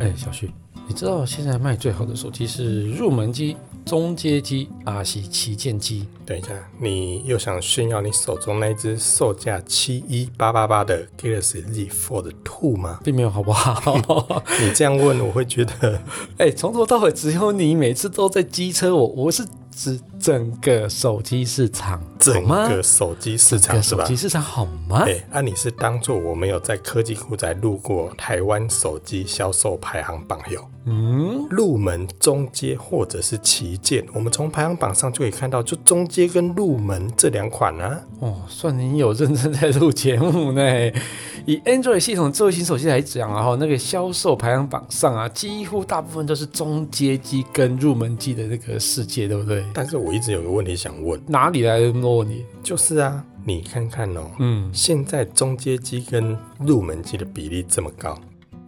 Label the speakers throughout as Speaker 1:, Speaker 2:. Speaker 1: 哎，小旭，你知道现在卖最好的手机是入门机、中阶机、阿西旗舰机？
Speaker 2: 等一下，你又想炫耀你手中那一只售价七一八八八的 Galaxy Z Fold Two 吗？
Speaker 1: 并没有好不好？
Speaker 2: 你这样问，我会觉得
Speaker 1: 哎，从头到尾只有你每次都在机车我，我是指整个手机市场，
Speaker 2: 整
Speaker 1: 好吗
Speaker 2: 个手机
Speaker 1: 整
Speaker 2: 市场
Speaker 1: 个
Speaker 2: 是
Speaker 1: 手
Speaker 2: 吧
Speaker 1: 机？市场好吗？
Speaker 2: 哎、那、你是当做我没有在科技股仔路过台湾手机销售排行榜有
Speaker 1: 嗯，
Speaker 2: 入门、中阶或者是旗舰，我们从排行榜上就可以看到，就中阶跟入门这两款啊。
Speaker 1: 哦，算你有认真在录节目呢。以 Android 系统智慧型手机来讲啊，然后那个销售排行榜上啊，几乎大部分都是中阶机跟入门机的那个世界，对不对？
Speaker 2: 但是我一直有个问题想问，
Speaker 1: 哪里来的诺你？
Speaker 2: 就是啊，你看看哦，
Speaker 1: 嗯，
Speaker 2: 现在中阶机跟入门机的比例这么高，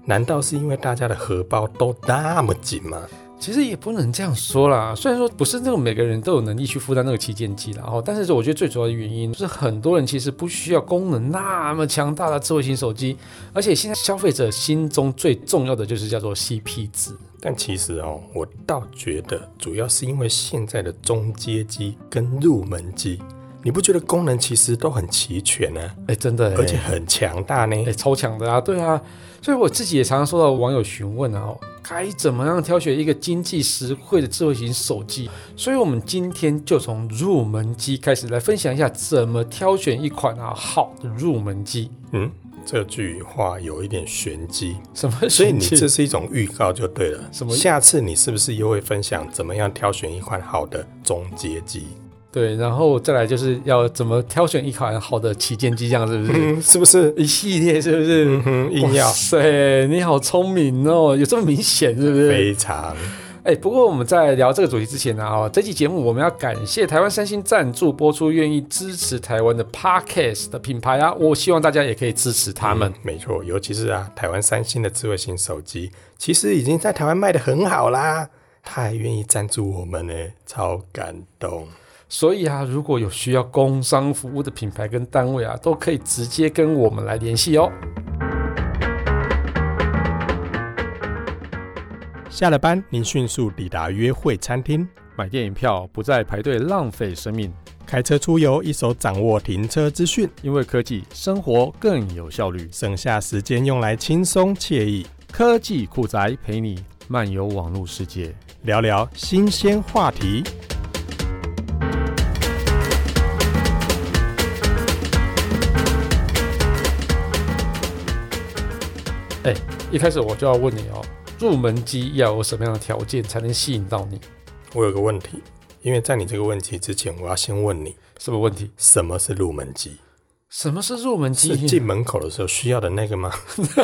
Speaker 2: 难道是因为大家的荷包都那么紧吗？
Speaker 1: 其实也不能这样说啦。虽然说不是那种每个人都有能力去负担那个旗舰机啦，然哦后，但是我觉得最主要的原因就是很多人其实不需要功能那么强大的智慧型手机，而且现在消费者心中最重要的就是叫做 CP 值。
Speaker 2: 但其实哦，我倒觉得主要是因为现在的中阶机跟入门机，你不觉得功能其实都很齐全呢、
Speaker 1: 哎，真的、欸，
Speaker 2: 而且很强大呢？
Speaker 1: 哎、超强的啊，对啊，所以我自己也常常收到网友询问啊，哦该怎么样挑选一个经济实惠的智慧型手机？所以我们今天就从入门机开始来分享一下，怎么挑选一款啊好的入门机。
Speaker 2: 嗯，这句话有一点玄机，
Speaker 1: 什么？
Speaker 2: 所以你这是一种预告就对了。
Speaker 1: 什么
Speaker 2: 下次你是不是又会分享怎么样挑选一款好的中阶机？
Speaker 1: 对，然后再来就是要怎么挑选一款好的旗舰机，这样是不是？
Speaker 2: 嗯，是不是？
Speaker 1: 一系列是不是？
Speaker 2: 嗯哼，硬要
Speaker 1: 哇塞，你好聪明哦，有这么明显是不是？
Speaker 2: 非常。
Speaker 1: 哎，不过我们在聊这个主题之前呢，哦，这期节目我们要感谢台湾三星赞助播出，愿意支持台湾的 Podcast 的品牌啊，我希望大家也可以支持他们。
Speaker 2: 嗯没错，尤其是啊，台湾三星的智慧型手机，其实已经在台湾卖的很好啦，他还愿意赞助我们呢，超感动。
Speaker 1: 所以啊，如果有需要工商服务的品牌跟单位啊，都可以直接跟我们来联系哦。
Speaker 2: 下了班，您迅速抵达约会餐厅，
Speaker 1: 买电影票不再排队浪费生命，
Speaker 2: 开车出游，一手掌握停车资讯，
Speaker 1: 因为科技生活更有效率。
Speaker 2: 省下时间用来轻松惬意
Speaker 1: 科技酷宅陪你漫游网络世界。
Speaker 2: 聊聊新鲜话题。
Speaker 1: 哎一开始我就要问你哦，入门机要有什么样的条件才能吸引到你？
Speaker 2: 我有个问题，因为在你这个问题之前，我要先问你，
Speaker 1: 什么问题？
Speaker 2: 什么是入门级？
Speaker 1: 什么是入门机
Speaker 2: 是？进门口的时候需要的那个吗？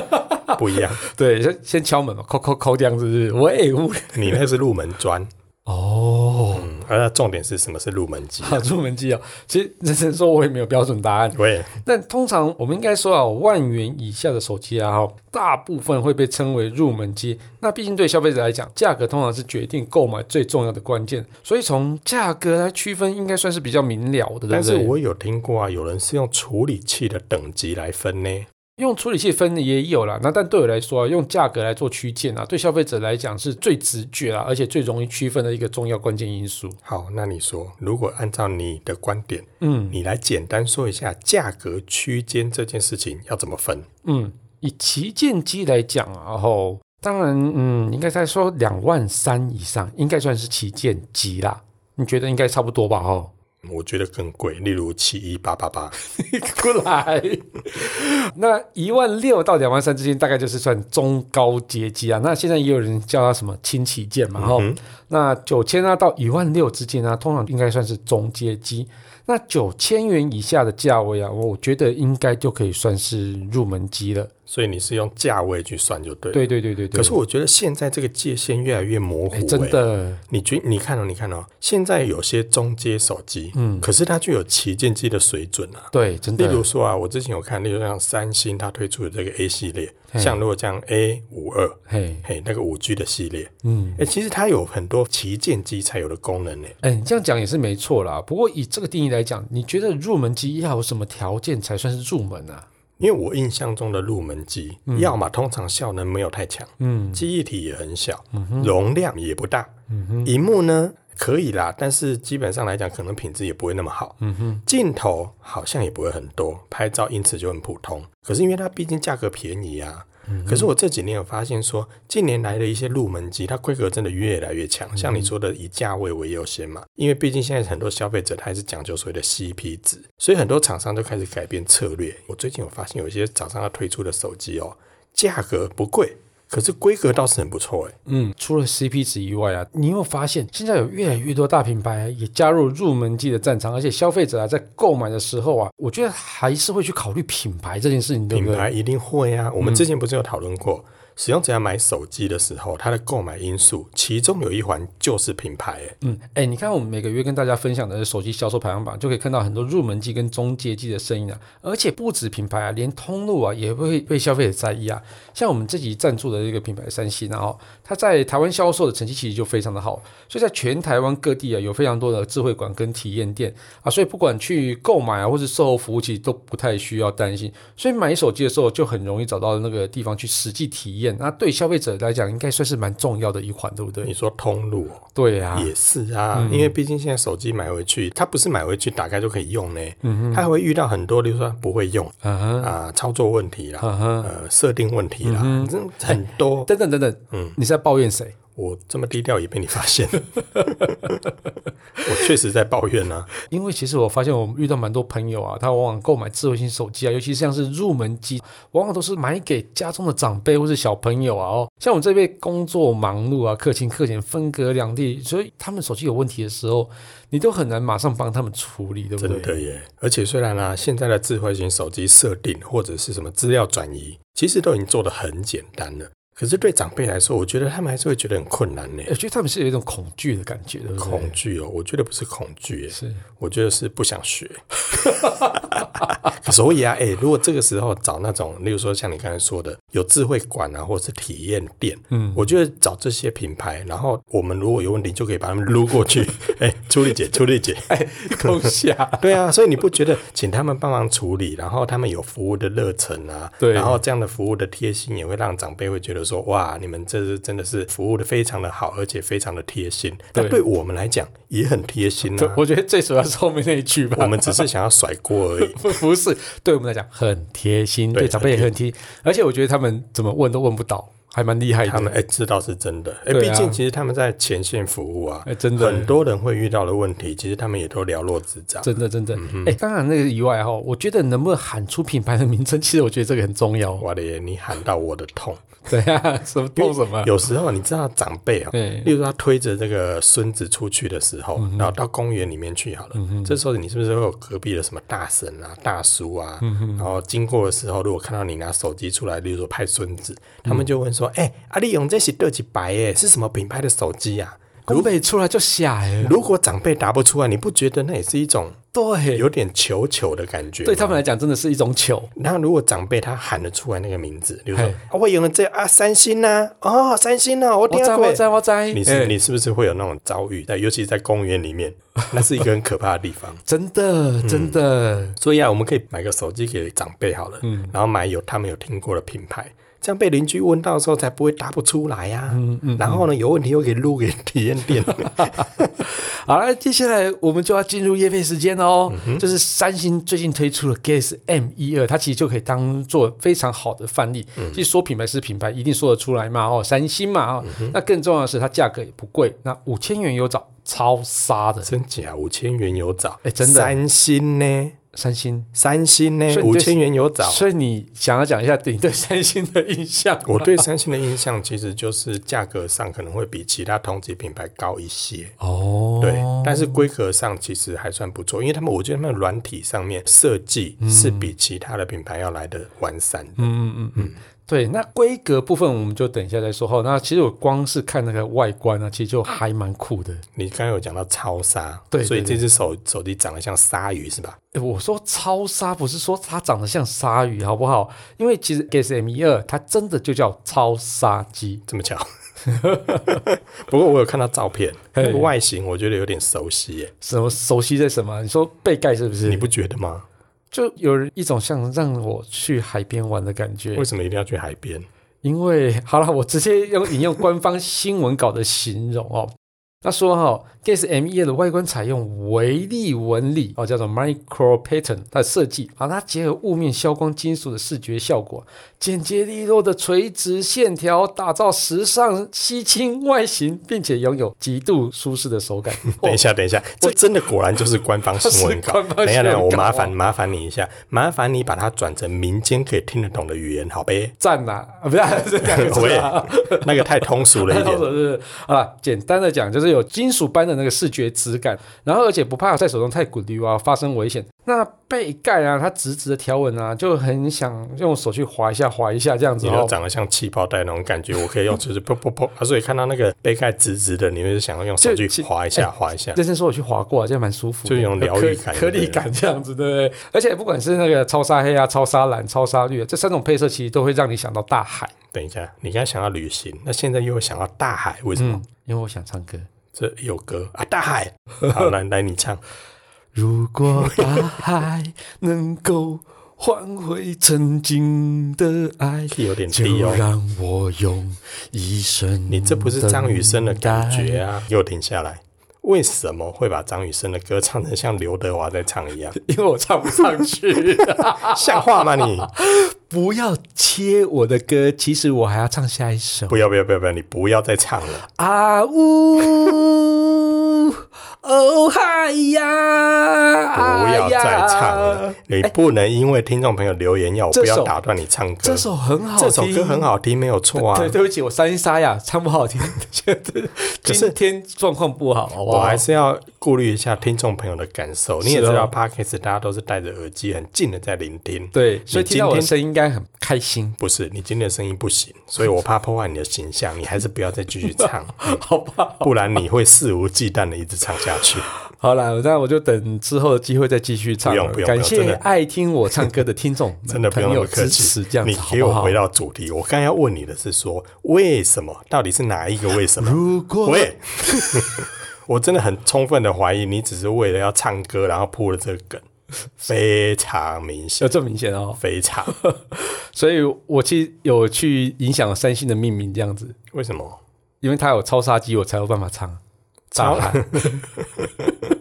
Speaker 2: 不一样，
Speaker 1: 对，先先敲门嘛，敲敲敲这样子是不是，喂喂。
Speaker 2: 你那是入门砖。
Speaker 1: 哦，
Speaker 2: 嗯，而重点是什么是入 门级？
Speaker 1: 好，入门机哦。其实认真说，我也没有标准答案。
Speaker 2: 喂，
Speaker 1: 但通常我们应该说啊，万元以下的手机啊，哈大部分会被称为入门机。那毕竟对消费者来讲，价格通常是决定购买最重要的关键，所以从价格来区分，应该算是比较明了的，对
Speaker 2: 但
Speaker 1: 不
Speaker 2: 是
Speaker 1: 对？
Speaker 2: 我有听过啊，有人是用处理器的等级来分呢。
Speaker 1: 用处理器分的也有啦，那但对我来说啊，用价格来做区间啊，对消费者来讲是最直觉啊，而且最容易区分的一个重要关键因素。
Speaker 2: 好，那你说，如果按照你的观点，
Speaker 1: 嗯，
Speaker 2: 你来简单说一下价格区间这件事情要怎么分？
Speaker 1: 嗯，以旗舰机来讲啊，然后当然，嗯，应该在说两万三以上，应该算是旗舰机啦。你觉得应该差不多吧？ 哦，
Speaker 2: 我觉得更贵，例如七一八八八，
Speaker 1: 过来，那一万六到两万三之间，大概就是算中高阶机啊。那现在也有人叫它什么轻旗舰嘛，哦、
Speaker 2: 嗯
Speaker 1: 那九千啊到一万六之间啊，通常应该算是中阶机。那九千元以下的价位啊，我觉得应该就可以算是入门机了。
Speaker 2: 所以你是用价位去算就对了。
Speaker 1: 对对对对对，
Speaker 2: 可是我觉得现在这个界限越来越模糊、
Speaker 1: 哎、真
Speaker 2: 哎。
Speaker 1: 的。
Speaker 2: 你觉你看哦，你看哦，现在有些中阶手机，
Speaker 1: 嗯
Speaker 2: 可是它具有旗舰机的水准啊。
Speaker 1: 对，真
Speaker 2: 例
Speaker 1: 的。
Speaker 2: 如说啊，我之前有看，例如像三星它推出的这个 A 系列，
Speaker 1: 嘿
Speaker 2: 像如果像 A 五二，
Speaker 1: 嘿，
Speaker 2: 嘿，那个五 G 的系列，
Speaker 1: 嗯，
Speaker 2: 哎、其实它有很多旗舰机才有的功能呢。
Speaker 1: 哎、你这样讲也是没错啦。不过以这个定义来讲，你觉得入门机要有什么条件才算是入门啊？
Speaker 2: 因为我印象中的入门机，要么通常效能没有太强，
Speaker 1: 嗯
Speaker 2: 记忆体也很小，容量也不大，荧幕呢可以啦，但是基本上来讲，可能品质也不会那么好，镜头好像也不会很多，拍照因此就很普通。可是因为它毕竟价格便宜啊。可是我这几年有发现说，近年来的一些入门机，它规格真的越来越强。像你说的，以价位为优先嘛，因为毕竟现在很多消费者他还是讲究所谓的 CP 值，所以很多厂商就开始改变策略。我最近有发现，有一些厂商要推出的手机哦，价格不贵，可是规格倒是很不错哎诶。
Speaker 1: 嗯，除了 CP 值以外啊，你有没有发现现在有越来越多大品牌、也加入入门机的战场，而且消费者啊在购买的时候啊，我觉得还是会去考虑品牌这件事情，对不
Speaker 2: 品
Speaker 1: 对？
Speaker 2: 牌一定会啊。我们之前不是有讨论过，使用者要买手机的时候，它的购买因素，其中有一环就是品牌、欸。
Speaker 1: 嗯，哎，你看我们每个月跟大家分享的手机销售排行榜，就可以看到很多入门机跟中阶机的身影啊，而且不止品牌啊，连通路啊也会被消费者在意啊。像我们自己赞助的这个品牌三星啊、哦，它在台湾销售的成绩其实就非常的好，所以在全台湾各地啊有非常多的智慧馆跟体验店啊，所以不管去购买啊或是售后服务，其实都不太需要担心。所以买手机的时候就很容易找到那个地方去实际体验，那对消费者来讲应该算是蛮重要的一环，对不对？
Speaker 2: 你说通路、哦。
Speaker 1: 对啊，
Speaker 2: 也是啊，因为毕竟现在手机买回去，它不是买回去打开就可以用呢，
Speaker 1: 嗯
Speaker 2: 它还会遇到很多，例如说不会用
Speaker 1: 啊哈。
Speaker 2: 啊、操作问题啦，
Speaker 1: 啊哈
Speaker 2: 呃，设定问题
Speaker 1: 嗯
Speaker 2: 啦，这很多。
Speaker 1: 等等等等，嗯，你是在抱怨谁？
Speaker 2: 我这么低调也被你发现 了，我确实在抱怨啊。
Speaker 1: 因为其实我发现我遇到蛮多朋友啊，他往往购买智慧型手机啊，尤其像是入门机，往往都是买给家中的长辈或是小朋友啊。哦，像我这边工作忙碌啊，客勤客检分隔两地，所以他们手机有问题的时候，你都很难马上帮他们处理，对不
Speaker 2: 真
Speaker 1: 对？
Speaker 2: 的耶！而且虽然啊，现在的智慧型手机设定或者是什么资料转移，其实都已经做得很简单了。可是对长辈来说，我觉得他们还是会觉得很困难呢
Speaker 1: 我。觉得他们是有一种恐惧的感觉，对不对？
Speaker 2: 恐惧哦，我觉得不是恐惧耶，
Speaker 1: 是
Speaker 2: 我觉得是不想学。 所以啊，哎、如果这个时候找那种，例如说像你刚才说的，有智慧馆啊，或者是体验店，嗯，我觉得找这些品牌，然后我们如果有问题，就可以把他们 撸过去。哎、处理姐，处理姐， 哎，
Speaker 1: 空下
Speaker 2: 对啊， 所以你不觉得请他们帮忙处理，然后他们有服务的热忱啊，
Speaker 1: 对
Speaker 2: 然后这样的服务的贴心也会让长辈会觉得说，哇，你们这是真的是服务的非常的好，而且非常的贴心。
Speaker 1: 对
Speaker 2: 那对我们来讲也很贴 心
Speaker 1: 对
Speaker 2: 啊，，
Speaker 1: 我觉得最主要是后面那一句吧。
Speaker 2: 我们只是想要甩锅而 已。
Speaker 1: 不不是，对我们来讲很贴心，对
Speaker 2: 对
Speaker 1: 长辈也很贴心，而且我觉得他们怎么问都问不倒，还蛮厉害
Speaker 2: 他
Speaker 1: 的。
Speaker 2: 们哎，这倒是真的。哎，
Speaker 1: 对
Speaker 2: 毕
Speaker 1: 啊
Speaker 2: 竟其实他们在前线服务啊，
Speaker 1: 哎真的
Speaker 2: 很多人会遇到的问题，其实他们也都了若指掌。
Speaker 1: 真的，真
Speaker 2: 嗯
Speaker 1: 的，哎、当然那个以外哈、我觉得能不能喊出品牌的名称，其实我觉得这个很重要。
Speaker 2: 我的爷，你喊到我的痛。
Speaker 1: 对 啊，什么碰什么，
Speaker 2: 有时候你知道长辈啊、
Speaker 1: 对嗯
Speaker 2: 例如说他推着这个孙子出去的时候，然后到公园里面去好了，这时候你是不是会有隔壁的什么大婶啊、大叔啊，
Speaker 1: 嗯
Speaker 2: 然后经过的时候，如果看到你拿手机出来，例如说拍孙子，他
Speaker 1: 嗯
Speaker 2: 们就问说：“哎、阿丽勇这是对几白耶？是什么品牌的手机啊呀、
Speaker 1: 湖北出来就下哎，
Speaker 2: 如果长辈答不出来，你不觉得那也是一种
Speaker 1: 对，
Speaker 2: 有点求求的感觉？
Speaker 1: 对他们来讲真的是一种糗。
Speaker 2: 那如果长辈他喊得出来那个名字，比如说
Speaker 1: 嘿
Speaker 2: 啊，我用了这啊三星呐、哦三星呐、我
Speaker 1: 我
Speaker 2: 听
Speaker 1: 在，
Speaker 2: 过
Speaker 1: 我。在，我在，
Speaker 2: 你是、
Speaker 1: 哎
Speaker 2: 你是不是会有那种遭遇？在尤其在公园 里面，那是一个很可怕的地方。
Speaker 1: 真的，
Speaker 2: 嗯
Speaker 1: 真的，
Speaker 2: 所以啊，我们可以买个手机给长辈好了，
Speaker 1: 嗯
Speaker 2: 然后买有他们有听过的品牌，这样被邻居问到的时候才不会答不出来呀、
Speaker 1: 嗯
Speaker 2: 然后呢，有问题又可以录给体验 店。
Speaker 1: 好了，接下来我们就要进入夜配时间哦。就是三星最近推出了 Galaxy M 一二，它其实就可以当做非常好的范例。其实说品牌是品牌，一定说得出来嘛哦，三星嘛哦。那更重要的是它价格也不贵，那五千元有找，超杀的
Speaker 2: 真假五千元有找，
Speaker 1: 哎真的
Speaker 2: 三星呢？
Speaker 1: 三星。
Speaker 2: 三星呢？
Speaker 1: 所以你
Speaker 2: 五
Speaker 1: 对
Speaker 2: 千元有找。
Speaker 1: 所以你想要讲一下你对三星的印象？
Speaker 2: 我对三星的印象其实就是价格上可能会比其他同级品牌高一些，
Speaker 1: 哦
Speaker 2: 对，但是规格上其实还算不错，因为他们我觉得他们软体上面设计是比其他的品牌要来的完善的。
Speaker 1: 嗯对，那规格部分我们就等一下再说哈。那其实我光是看那个外观呢、啊，其实就还蛮酷的。
Speaker 2: 你刚刚有讲到超鲨，
Speaker 1: 对对
Speaker 2: 所以这只手手机长得像鲨鱼是吧？
Speaker 1: 欸我说超鲨不是说它长得像鲨鱼，好不好？因为其实 Gas M 一二它真的就叫超鲨机，
Speaker 2: 这 么巧。不过我有看到照片，
Speaker 1: 嘿
Speaker 2: 那个外形我觉得有点熟悉耶，
Speaker 1: 什么熟悉在什么？你说背盖是不是？
Speaker 2: 你不觉得吗？
Speaker 1: 就有一种像让我去海边玩的感觉
Speaker 2: 为。什么一定要去海边？
Speaker 1: 因为好了，我直接用引用官方新闻稿的形容哦。他说哈、Guess M 1 a 的外观采用微粒纹理哦，叫做 micro pattern 它的设计啊，它结合雾面消光金属的视觉效果，简洁利落的垂直线条，打造时尚吸睛外形，并且拥有极度舒适的手感。
Speaker 2: 等一下，等一下，这真的果然就是官方新 闻
Speaker 1: 是
Speaker 2: 稿。
Speaker 1: 官方新闻稿
Speaker 2: 等一下，等一下，我麻烦
Speaker 1: 啊？
Speaker 2: 麻烦你一下，麻烦你把它转成民间可以听得懂的语言，好呗
Speaker 1: 赞啦，啊， 不是啊这两个字
Speaker 2: 喂
Speaker 1: 啊，
Speaker 2: 那个太通俗了一
Speaker 1: 到
Speaker 2: 点
Speaker 1: 手。是啊，简单的讲就是有金属般的那个视觉质感，然后而且不怕在手中太滚溜啊发生危险。那背盖啊，它直直的条纹啊，就很想用手去划一下划一下这样子
Speaker 2: 你都
Speaker 1: 哦。
Speaker 2: 长得像气泡袋那种感觉，我可以用就是噗噗噗啊，所以看到那个杯盖直直的，你会想要用手去
Speaker 1: 就其
Speaker 2: 划一下划 一下。
Speaker 1: 认真说，我去划过、啊，这样蛮舒服的，
Speaker 2: 就有种疗愈感
Speaker 1: 颗颗粒感这样子，对不对？而且不管是那个超沙黑啊、超沙蓝、超沙绿、啊，这三种配色其实都会让你想到大海。
Speaker 2: 等一下，你刚才想要旅行，那现在又想要大海，为什么？
Speaker 1: 嗯，因为我想唱歌。
Speaker 2: 这有歌啊，大海。好，来来，你唱。
Speaker 1: 如果大海能够换回曾经的爱，
Speaker 2: 气有点
Speaker 1: 就
Speaker 2: 低哦。
Speaker 1: 让我用一生。
Speaker 2: 你这不是张雨生的 感觉啊！给我停下来，为什么会把张雨生的歌唱成像刘德华在唱 一样？
Speaker 1: 因为我唱不上去。
Speaker 2: 像话吗你？
Speaker 1: 不要切我的歌，其实我还要唱下一首。
Speaker 2: 不要不要不要不要！你不要再唱了，
Speaker 1: 啊呜，哦嗨哎呀！
Speaker 2: 不要再唱
Speaker 1: 哎
Speaker 2: 了
Speaker 1: 呀！，
Speaker 2: 你不能因为听众朋友留言要我不
Speaker 1: 这
Speaker 2: 要
Speaker 1: 首
Speaker 2: 打断你唱歌。
Speaker 1: 这首很好听，
Speaker 2: 这首歌很好听，没有错啊
Speaker 1: 对，。对不起，我三音沙哑，唱不好听。 今天状况不好，啊好不
Speaker 2: 我
Speaker 1: 好
Speaker 2: 还？是要顾虑一下听众朋友的感受。你也
Speaker 1: 是哦
Speaker 2: 知道 p o d c a s t 大家都是戴着耳机，很近的在聆听。
Speaker 1: 对，所以
Speaker 2: 你
Speaker 1: 听到我的
Speaker 2: 今天
Speaker 1: 声音应该很开 心，
Speaker 2: 不是，你今天的声音不行，所以我怕破坏你的形象，你还是不要再继续 唱，
Speaker 1: 好不好？
Speaker 2: 不然你会肆无忌惮的一直唱下 去。
Speaker 1: 好啦，那我就等之后的机会再继续唱
Speaker 2: 不
Speaker 1: 了。
Speaker 2: 用不用
Speaker 1: 感
Speaker 2: 不用
Speaker 1: 谢
Speaker 2: 真的
Speaker 1: 爱听我唱歌的听 众
Speaker 2: 真的不用
Speaker 1: 朋友
Speaker 2: 那么客
Speaker 1: 支
Speaker 2: 气
Speaker 1: 持，这样子
Speaker 2: 你
Speaker 1: 好
Speaker 2: 给
Speaker 1: 不
Speaker 2: 我
Speaker 1: 好
Speaker 2: 回？到主题，我刚要问你的是说，为什么？到底是哪一个为什么？
Speaker 1: 如果
Speaker 2: 喂， 我真的很充分的怀疑，你只是为了要唱歌，然后铺了这个梗，非常明显
Speaker 1: 有，这么明显哦，
Speaker 2: 非常。
Speaker 1: 所以我其实有去影响三星的命名这样子，
Speaker 2: 为什么？
Speaker 1: 因为它有超杀机，我才有办法唱大
Speaker 2: 超
Speaker 1: 海。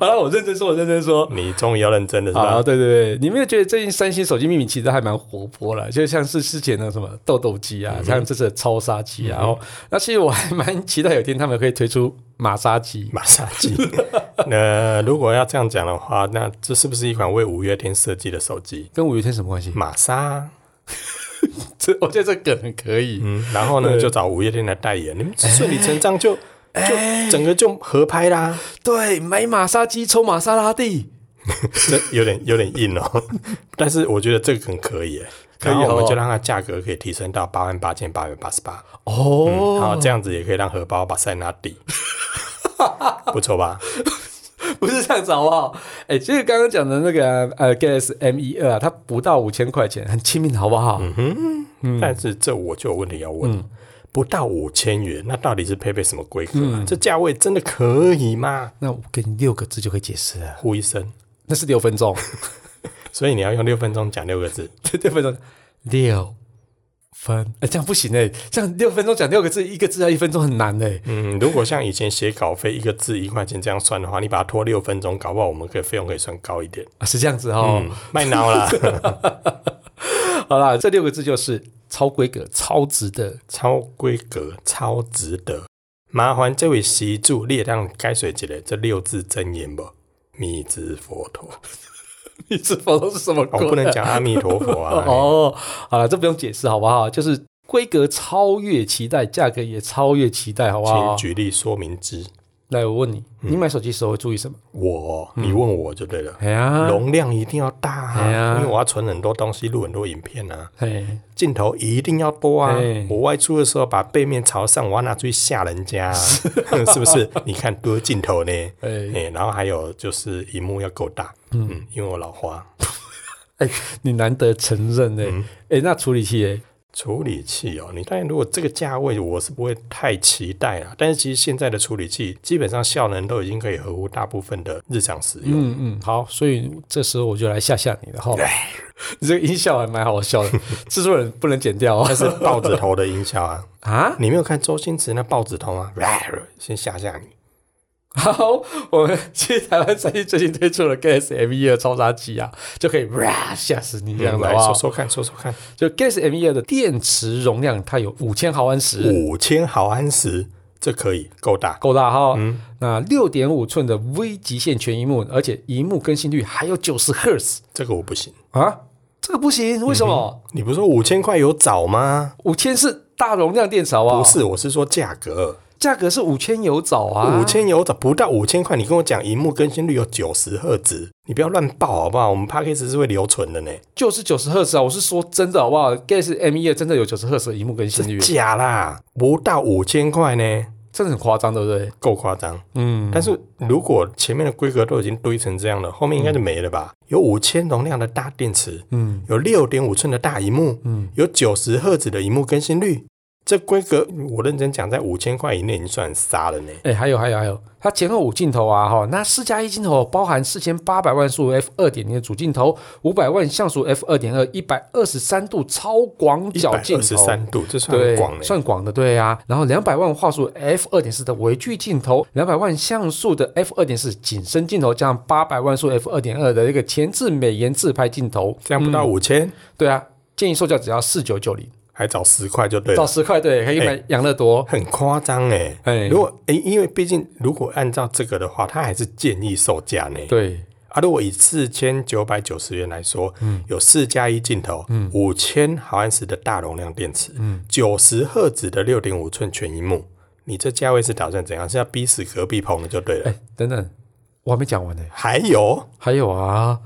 Speaker 1: 好了，我认真说，我认真说。
Speaker 2: 你终于要认真的是吧？
Speaker 1: 啊，对对对，你没有觉得最近三星手机命名其实还蛮活泼啦，就像是之前的什么豆豆机
Speaker 2: 嗯
Speaker 1: 啊，像这次的超杀机啊，然后那其实我还蛮期待有一天他们可以推出玛莎机，
Speaker 2: 马杀鸡。那如果要这样讲的话，那这是不是一款为五月天设计的手机？
Speaker 1: 跟五月天什么关系？
Speaker 2: 玛莎，
Speaker 1: 这我觉得这梗很可以。
Speaker 2: 嗯，然后呢就找五月天来代言，你们顺理成章就、就整个就合拍啦，
Speaker 1: 对，买玛莎机抽玛莎拉蒂，
Speaker 2: 这有点有点硬哦， 但是我觉得这个很可以耶。
Speaker 1: 可以
Speaker 2: 然
Speaker 1: 哦
Speaker 2: 后我们就让它价格可以提升到八万八千八百八十八，
Speaker 1: 哦，
Speaker 2: 然后这样子也可以让荷包把塞纳底， 不错吧？嗯
Speaker 1: 不是这样子好不好？哎、其实刚刚讲的那个呃 Galaxy M 一二啊，它不到五千块钱，很亲民，好不好？
Speaker 2: 嗯但是这我就有问题要问，不到五千元，那到底是配备什么规格、啊？这价位真的可以吗？
Speaker 1: 那我给你六个字就可以解释了，
Speaker 2: 呼一声，
Speaker 1: 那是六分钟，
Speaker 2: 所以你要用六分钟讲六个字，
Speaker 1: 六分钟，六分，哎、这样不行哎、这样六分钟讲六个字，一个字要一分钟很难哎、
Speaker 2: 嗯，如果像以前写稿费一个字一块钱这样算的话，你把它拖六分钟，搞不好我们可以费用可以算高一点。
Speaker 1: 啊，是这样子哦。
Speaker 2: 嗯，卖脑啦，
Speaker 1: 好啦，这六个字就是超规格、超值的。
Speaker 2: 超规格，超值得。麻烦这位习主列让该水节的这六字真言吧。弥之佛 陀，
Speaker 1: 你知否都是什么
Speaker 2: 我、
Speaker 1: 鬼？
Speaker 2: 不能讲阿弥陀佛 啊！
Speaker 1: 哦，好了，这不用解释好不好？就是规格超越期待，价格也超越期待，好不好
Speaker 2: 请？举例说明之。
Speaker 1: 来，我问你，你买手机的时候会注意什么？
Speaker 2: 我，你问我就对了。
Speaker 1: 嗯哎呀，
Speaker 2: 容量一定要大、啊，
Speaker 1: 哎呀
Speaker 2: 因为我要存很多东西，录很多影片啊，
Speaker 1: 哎，
Speaker 2: 镜头一定要多啊
Speaker 1: 哎。
Speaker 2: 我外出的时候把背面朝上，我要拿出去吓人 家、啊，是不是？你看多镜头呢？哎、
Speaker 1: 哎
Speaker 2: 然后还有就是荧幕要够大，嗯嗯，因为我老花，
Speaker 1: 欸嗯哎，你难得承认哎、哎，那处理器哎，
Speaker 2: 处理器哦，你当然如果这个价位，我是不会太期待啦。但是其实现在的处理器基本上效能都已经可以合乎大部分的日常使用。
Speaker 1: 嗯嗯，好，所以这时候我就来吓吓你了哈。你 这个音效还蛮好笑的，制作人不能剪掉
Speaker 2: 但
Speaker 1: 哦。
Speaker 2: 是豹子头的音效啊，
Speaker 1: 啊，
Speaker 2: 你没有看周星驰那豹子头吗？ 先吓吓你。
Speaker 1: 啊好，我们其实台湾三星最近推出了 Galaxy M 1 2超杀机啊，就可以哇吓死你这样的
Speaker 2: 嗯来
Speaker 1: 话
Speaker 2: 说，说看，说说看，
Speaker 1: 就 Galaxy M 1 2的电池容量它有五千毫安时，
Speaker 2: 五千毫安时，这可以够大。
Speaker 1: 够大哈。那六点五寸的微极限全荧幕，而且荧幕更新率还有九十赫兹
Speaker 2: 这个我不行。
Speaker 1: 啊，这个不行，为什么？
Speaker 2: 你不是说五千块有找吗？
Speaker 1: 五千是大容量电池好不好？
Speaker 2: 不，是，我是说价格，
Speaker 1: 价格是五千有找啊，
Speaker 2: 五千有找不到五千块，你跟我讲荧幕更新率有九十赫兹，你不要乱报好不好？我们 p a c k a g e 是会留存的呢，
Speaker 1: 就是九十赫兹啊，我是说真的好不好？Galaxy M 1 2真的有九十赫兹的荧幕更新率，
Speaker 2: 假啦，不到五千块呢，
Speaker 1: 真的很夸张，对不对？
Speaker 2: 够夸张。
Speaker 1: 嗯。
Speaker 2: 但是如果前面的规格都已经堆成这样了，后面应该就没了吧？有五千容量的大电池，
Speaker 1: 嗯，
Speaker 2: 有六点五寸的大荧幕，
Speaker 1: 嗯，
Speaker 2: 有九十赫兹的荧幕更新率，这规格我认真讲，在五千块以内已经算很杀了呢。
Speaker 1: 哎、还有还有还有，它前后五镜头啊，哈，那四加一镜头包含四千八百万像素 f 二点零的主镜头，五百万像素 f 二点二，一百二十三度超广
Speaker 2: 一
Speaker 1: 角
Speaker 2: 百
Speaker 1: 镜
Speaker 2: 二十
Speaker 1: 头。
Speaker 2: 三度，这算很
Speaker 1: 对
Speaker 2: 广，呢。
Speaker 1: 算广的，对啊。然后两百万画素 f 二点四的微距镜头，两百万像素的 f 二点四景深镜头，加上八百万像素 f 二点二的一个前置美颜自拍镜头，
Speaker 2: 这样不到五千、
Speaker 1: 对啊。建议售价只要四九九零
Speaker 2: 还找十块就对
Speaker 1: 到
Speaker 2: 了，
Speaker 1: 十块，对，哎可以买养乐多。
Speaker 2: 很夸张哎。
Speaker 1: 哎
Speaker 2: 如果哎、因为毕竟如果按照这个的话，它还是建议售价呢。
Speaker 1: 对，
Speaker 2: 啊，如果以四千九百九十元来说，有四加一镜头，五千毫安时的大容量电池，九十赫兹的六点五寸全荧幕，你这价位是打算怎样？是要逼死隔壁棚了就对了。
Speaker 1: 哎，等等，我还没讲完呢。
Speaker 2: 还有
Speaker 1: 还有啊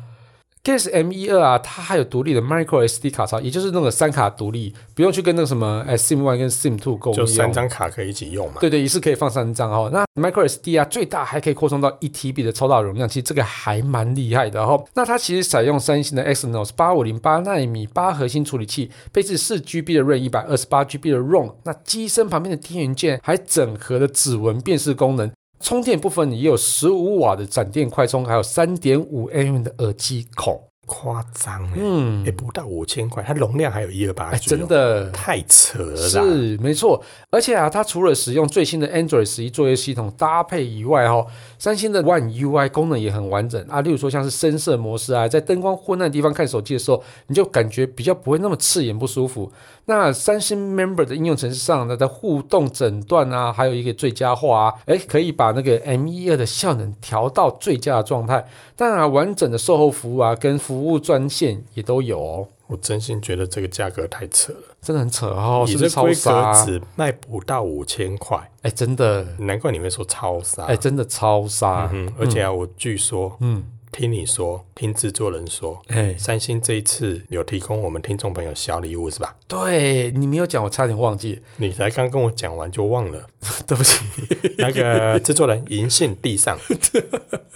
Speaker 1: ，Gas M 一二啊，它还有独立的 Micro SD 卡槽，也就是那个三卡独立，不用去跟那个什么哎 SIM One 跟 SIM Two 共
Speaker 2: 就三
Speaker 1: 用。
Speaker 2: 张卡可以一起用嘛？
Speaker 1: 对对，一次可以放三张哦。那 Micro SD 啊，最大还可以扩充到一 TB 的超大容量，其实这个还蛮厉害的哦。那它其实采用三星的 Exynos 八五零八纳米八核心处理器，配置四 GB 的 RAM，一百二十八 GB 的 ROM。那机身旁边的天元件还整合了指纹辨识功能。充电部分也有十五瓦的闪电快充，还有三点五 mm 的耳机孔。
Speaker 2: 夸张哎，
Speaker 1: 嗯，
Speaker 2: 哎、不到五千块，它容量还有一二八
Speaker 1: 哎，
Speaker 2: G，
Speaker 1: 真的。
Speaker 2: 太扯了啦！
Speaker 1: 是没错，而且啊，它除了使用最新的 Android 十一作业系统搭配以外，哈，三星的 One UI 功能也很完整啊。例如说像是深色模式啊，在灯光昏暗的地方看手机的时候，你就感觉比较不会那么刺眼不舒服。那三星 Member 的应用程式上呢，在互动诊断啊，还有一个最佳化啊，哎，可以把那个 M 一二的效能调到最佳的状态。当然、啊，完整的售后服务啊，跟服务专线也都有哦。
Speaker 2: 我真心觉得这个价格太扯了，
Speaker 1: 真的很扯哦，
Speaker 2: 你
Speaker 1: 是不
Speaker 2: 这
Speaker 1: 是超
Speaker 2: 规
Speaker 1: 傻
Speaker 2: 格
Speaker 1: 啊？
Speaker 2: 只卖不到五千块，
Speaker 1: 哎，真的，
Speaker 2: 难怪你会说超杀。
Speaker 1: 哎、真的超杀，
Speaker 2: 啊嗯，而且啊，我据说，
Speaker 1: 嗯
Speaker 2: 嗯，听你说，听制作人说，
Speaker 1: 哎、
Speaker 2: 三星这一次有提供我们听众朋友小礼物是吧？
Speaker 1: 对你没有讲，我差点忘记，
Speaker 2: 你才刚跟我讲完就忘了，
Speaker 1: 对不起，
Speaker 2: 那个制作人银杏 地上。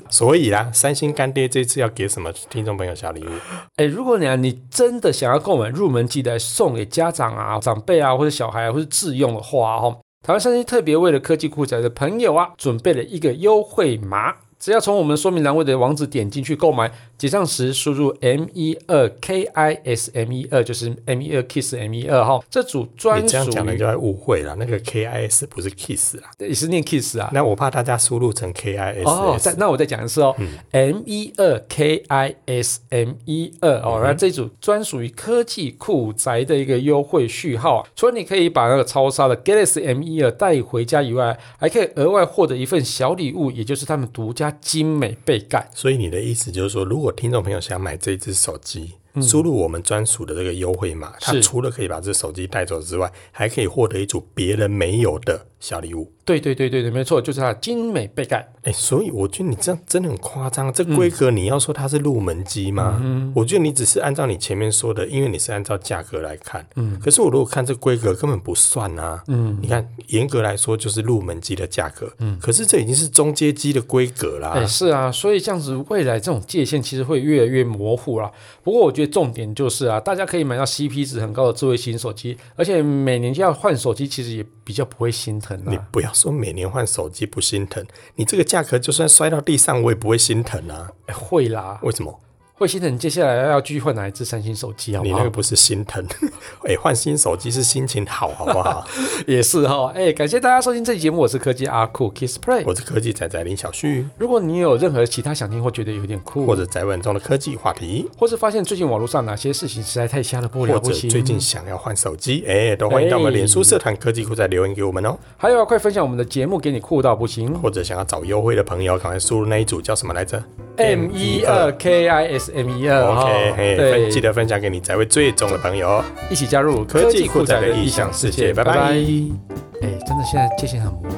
Speaker 2: 所以啦，三星干爹这次要给什么听众朋友小礼物？
Speaker 1: 哎、如果你啊，你真的想要购买入门级的送给家长啊、长辈啊，或者小孩啊，或者自用的话哦，台湾三星特别为了科技酷宅的朋友啊，准备了一个优惠码。只要从我们说明栏位的网址点进去购买，结账时输入 M 一二 K I S M 一二，就是 M E 一二 Kiss M 一二哈，这组专
Speaker 2: 你这样
Speaker 1: 属
Speaker 2: 讲人
Speaker 1: 于
Speaker 2: 家会误会了，那个 KIS 不是 Kiss 啦，
Speaker 1: 也是念 Kiss 啊，
Speaker 2: 那我怕大家输入成 KIS。
Speaker 1: 哦，再那我再讲一次哦，M 一二 K I S M 一二哦，那这组专属于科技酷宅的一个优惠序号啊，除了你可以把那个超杀的 Galaxy M 一二带回家以外，还可以额外获得一份小礼物，也就是他们独家精美背盖。
Speaker 2: 所以你的意思就是说，如果听众朋友想买这只手机，输入我们专属的这个优惠码，它
Speaker 1: 是
Speaker 2: 除了可以把这手机带走之外，还可以获得一组别人没有的小礼物。
Speaker 1: 对对对对对，没错，就是它的精美背盖。
Speaker 2: 哎、所以我觉得你这样真的很夸张。这规格你要说它是入门机吗？我觉得你只是按照你前面说的，因为你是按照价格来看。嗯，可是我如果看这规格根本不算啊。嗯，你看严格来说就是入门机的价格。嗯，可是这已经是中阶机的规格啦。
Speaker 1: 哎、是啊，所以这样子未来这种界限其实会越来越模糊啦。不过我觉得重点就是啊，大家可以买到 CP 值很高的智慧型手机，而且每年要换手机，其实也比较不会心疼
Speaker 2: 你
Speaker 1: 啊。
Speaker 2: 不要说每年换手机不心疼，你这个价格就算摔到地上我也不会心疼啊。
Speaker 1: 哎会啦，
Speaker 2: 为什么？
Speaker 1: 会心疼。接下来要继续换哪一只三星手机，好
Speaker 2: 你
Speaker 1: 不
Speaker 2: 那
Speaker 1: 好
Speaker 2: 个？不是心疼， 哎、换新手机是心情好，好不 好？
Speaker 1: 也是哈、哎、感谢大家收听这期节目，我是科技阿酷 Kiss Play。
Speaker 2: 我是科技仔仔林小旭，
Speaker 1: 如果你有任何其他想听或觉得有点酷，
Speaker 2: 或者宅文中的科技话题，
Speaker 1: 或是发现最近网络上哪些事情实在太瞎了不
Speaker 2: 或
Speaker 1: 了
Speaker 2: 者
Speaker 1: 不行，
Speaker 2: 最近想要换手机，哎、都欢迎到我们脸书社团科技库再留言给我们哦。
Speaker 1: 还有啊，快分享我们的节目给你酷到不行
Speaker 2: 或者想要找优惠的朋友，赶快输入那一组叫什么来着
Speaker 1: ，M 一二 K I S M 一二哈
Speaker 2: E ？OK，嘿，分记
Speaker 1: 呃对，
Speaker 2: 得分享给你宅位最重的朋友哦。
Speaker 1: 一起加入
Speaker 2: 科技酷宅的异想世界拜拜
Speaker 1: 哎，真的现在界限很模糊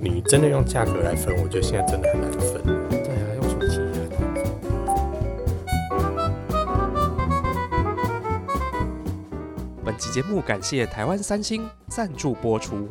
Speaker 2: 你真的用价格来分，我觉得现在真的很难分。
Speaker 1: 哎，对啊，用手机。
Speaker 3: 本期节目感谢台湾三星赞助播出。